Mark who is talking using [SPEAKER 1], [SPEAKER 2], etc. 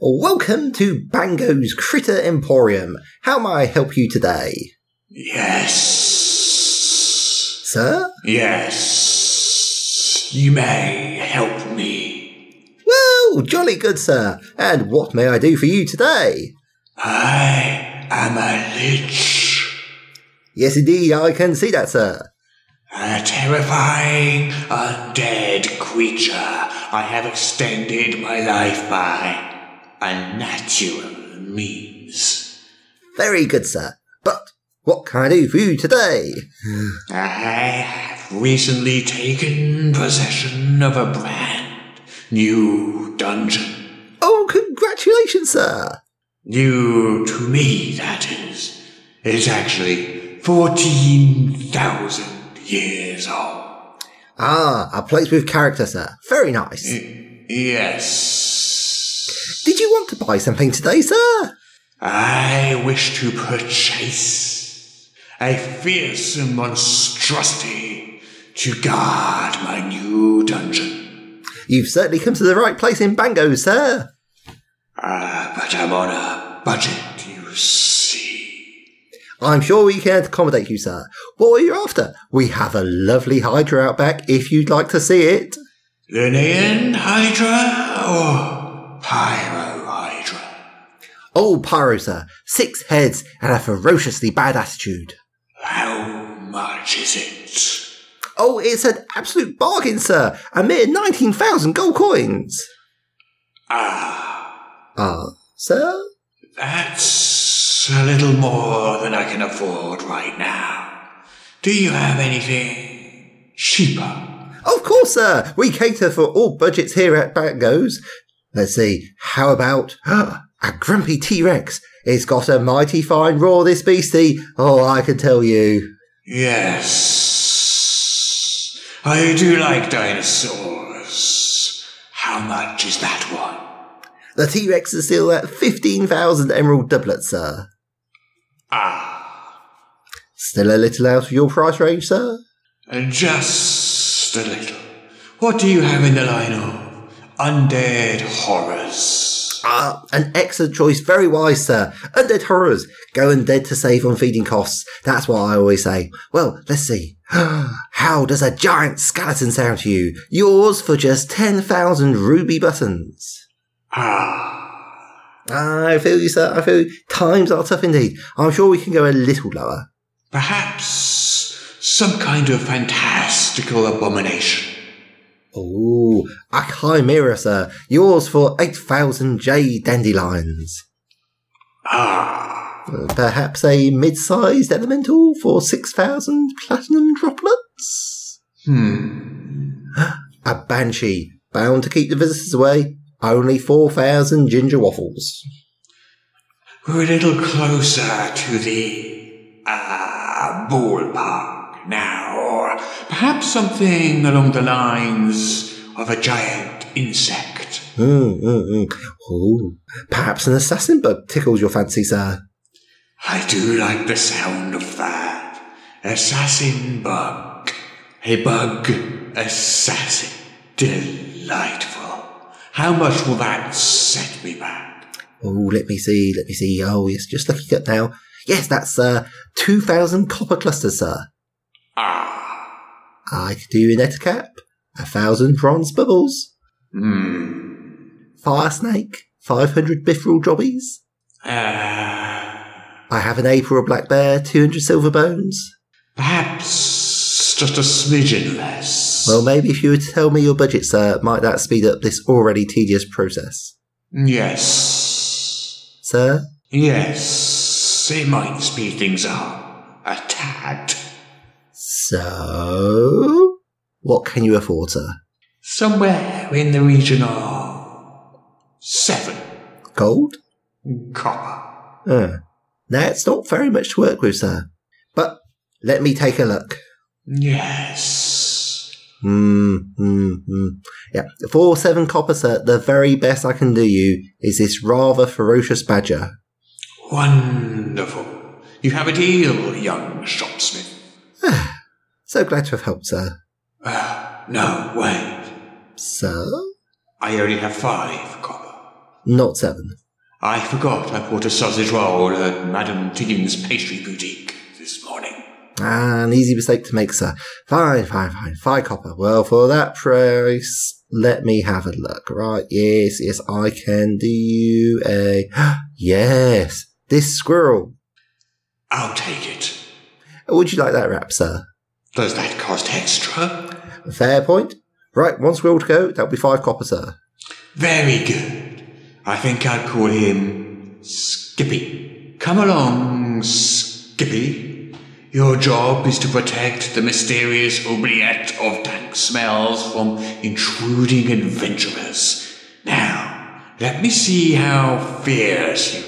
[SPEAKER 1] Welcome to Bango's Critter Emporium. How may I help you today?
[SPEAKER 2] Yes.
[SPEAKER 1] Sir?
[SPEAKER 2] Yes. You may help me.
[SPEAKER 1] Well, jolly good, sir. And what may I do for you today?
[SPEAKER 2] I am a lich.
[SPEAKER 1] Yes, indeed, I can see that, sir.
[SPEAKER 2] A terrifying, undead creature I have extended my life by unnatural means.
[SPEAKER 1] Very good, sir. But what can I do for you today?
[SPEAKER 2] I have recently taken possession of a brand new dungeon.
[SPEAKER 1] Oh, congratulations, sir.
[SPEAKER 2] New to me, that is. It's actually 14,000 years old.
[SPEAKER 1] Ah, a place with character, sir. Very nice.
[SPEAKER 2] Y- Yes.
[SPEAKER 1] Did you want to buy something today, sir?
[SPEAKER 2] I wish to purchase a fearsome monstrosity to guard my new dungeon.
[SPEAKER 1] You've certainly come to the right place in Bango, sir.
[SPEAKER 2] Ah, but I'm on a budget, you see.
[SPEAKER 1] I'm sure we can accommodate you, sir. What are you after? We have a lovely Hydra out back if you'd like to see it.
[SPEAKER 2] Linnean Hydra or Pyro Hydra?
[SPEAKER 1] Old Oh, Pyro, sir. Six heads and a ferociously bad attitude.
[SPEAKER 2] How much is it?
[SPEAKER 1] Oh, it's an absolute bargain, sir. A mere 19,000 gold coins.
[SPEAKER 2] Ah,
[SPEAKER 1] Ah, sir?
[SPEAKER 2] that's a little more than I can afford right now. Do you have anything cheaper?
[SPEAKER 1] Of course, sir. We cater for all budgets here at Bango's. Let's see. How about a grumpy T-Rex? It's got a mighty fine roar, this beastie. Oh, I can tell you.
[SPEAKER 2] Yes. I do like dinosaurs. How much is that one?
[SPEAKER 1] The T-Rex is still at 15,000 emerald doublets, sir.
[SPEAKER 2] Ah,
[SPEAKER 1] Still a little out of your price range, sir?
[SPEAKER 2] just a little. What do you have in the line of undead horrors?
[SPEAKER 1] Ah, an excellent choice. Very wise, sir. Undead horrors. Go undead to save on feeding costs. That's what I always say. Well, let's see. How does a giant skeleton sound to you? Yours for just 10,000 ruby buttons.
[SPEAKER 2] Ah,
[SPEAKER 1] I feel you, sir. I feel you. Times are tough indeed. I'm sure we can go a little lower.
[SPEAKER 2] perhaps some kind of fantastical abomination.
[SPEAKER 1] Ooh, a chimera, sir. Yours for 8,000 jade dandelions.
[SPEAKER 2] Ah,
[SPEAKER 1] Perhaps a mid-sized elemental for 6,000 platinum droplets?
[SPEAKER 2] hmm.
[SPEAKER 1] A banshee, bound to keep the visitors away. Only 4,000 ginger waffles.
[SPEAKER 2] We're a little closer to the uh, ballpark now, or perhaps something along the lines of a giant insect.
[SPEAKER 1] Mm, mm, mm. Ooh. Perhaps an assassin bug tickles your fancy, sir.
[SPEAKER 2] I do like the sound of that. Assassin bug. A bug assassin. Delightful. How much will that set me back?
[SPEAKER 1] Oh, let me see, let me see. Oh, yes, just looking up now. Yes, that's uh, 2,000 copper clusters, sir.
[SPEAKER 2] Ah.
[SPEAKER 1] I could do an etacap, a 1,000 bronze bubbles,
[SPEAKER 2] Hmm.
[SPEAKER 1] fire snake, 500 biffrel jobbies.
[SPEAKER 2] Uh,
[SPEAKER 1] I have an ape or a black bear, 200 silver bones.
[SPEAKER 2] perhaps just a smidgen less.
[SPEAKER 1] Well, maybe if you were to tell me your budget, sir, might that speed up this already tedious process?
[SPEAKER 2] yes.
[SPEAKER 1] Sir?
[SPEAKER 2] Yes. It might speed things up. A tad.
[SPEAKER 1] So? What can you afford, sir?
[SPEAKER 2] Somewhere in the region of seven
[SPEAKER 1] Gold?
[SPEAKER 2] copper.
[SPEAKER 1] Uh, that's not very much to work with, sir. But let me take a look.
[SPEAKER 2] Yes.
[SPEAKER 1] Hmm, hmm, hmm. Yeah, four seven copper, sir. The very best I can do you is this rather ferocious badger.
[SPEAKER 2] Wonderful. You have a deal, young shopsmith.
[SPEAKER 1] So glad to have helped, sir.
[SPEAKER 2] Ah, no, wait.
[SPEAKER 1] Sir?
[SPEAKER 2] I only have five copper.
[SPEAKER 1] Not seven.
[SPEAKER 2] I forgot I bought a sausage roll at Madame Tiggins' pastry boutique this morning.
[SPEAKER 1] An easy mistake to make, sir. Fine, fine, fine. Five copper. Well, for that price, let me have a look. Right. Yes, yes, I can do you a. yes, this squirrel.
[SPEAKER 2] I'll take it.
[SPEAKER 1] Would you like that wrap, sir?
[SPEAKER 2] Does that cost extra?
[SPEAKER 1] Fair point. Right, one squirrel to go. That'll be five copper, sir.
[SPEAKER 2] Very good. I think I'll call him Skippy. Come along, Skippy. Your job is to protect the mysterious oubliette of dank smells from intruding adventurers. Now, let me see how fierce you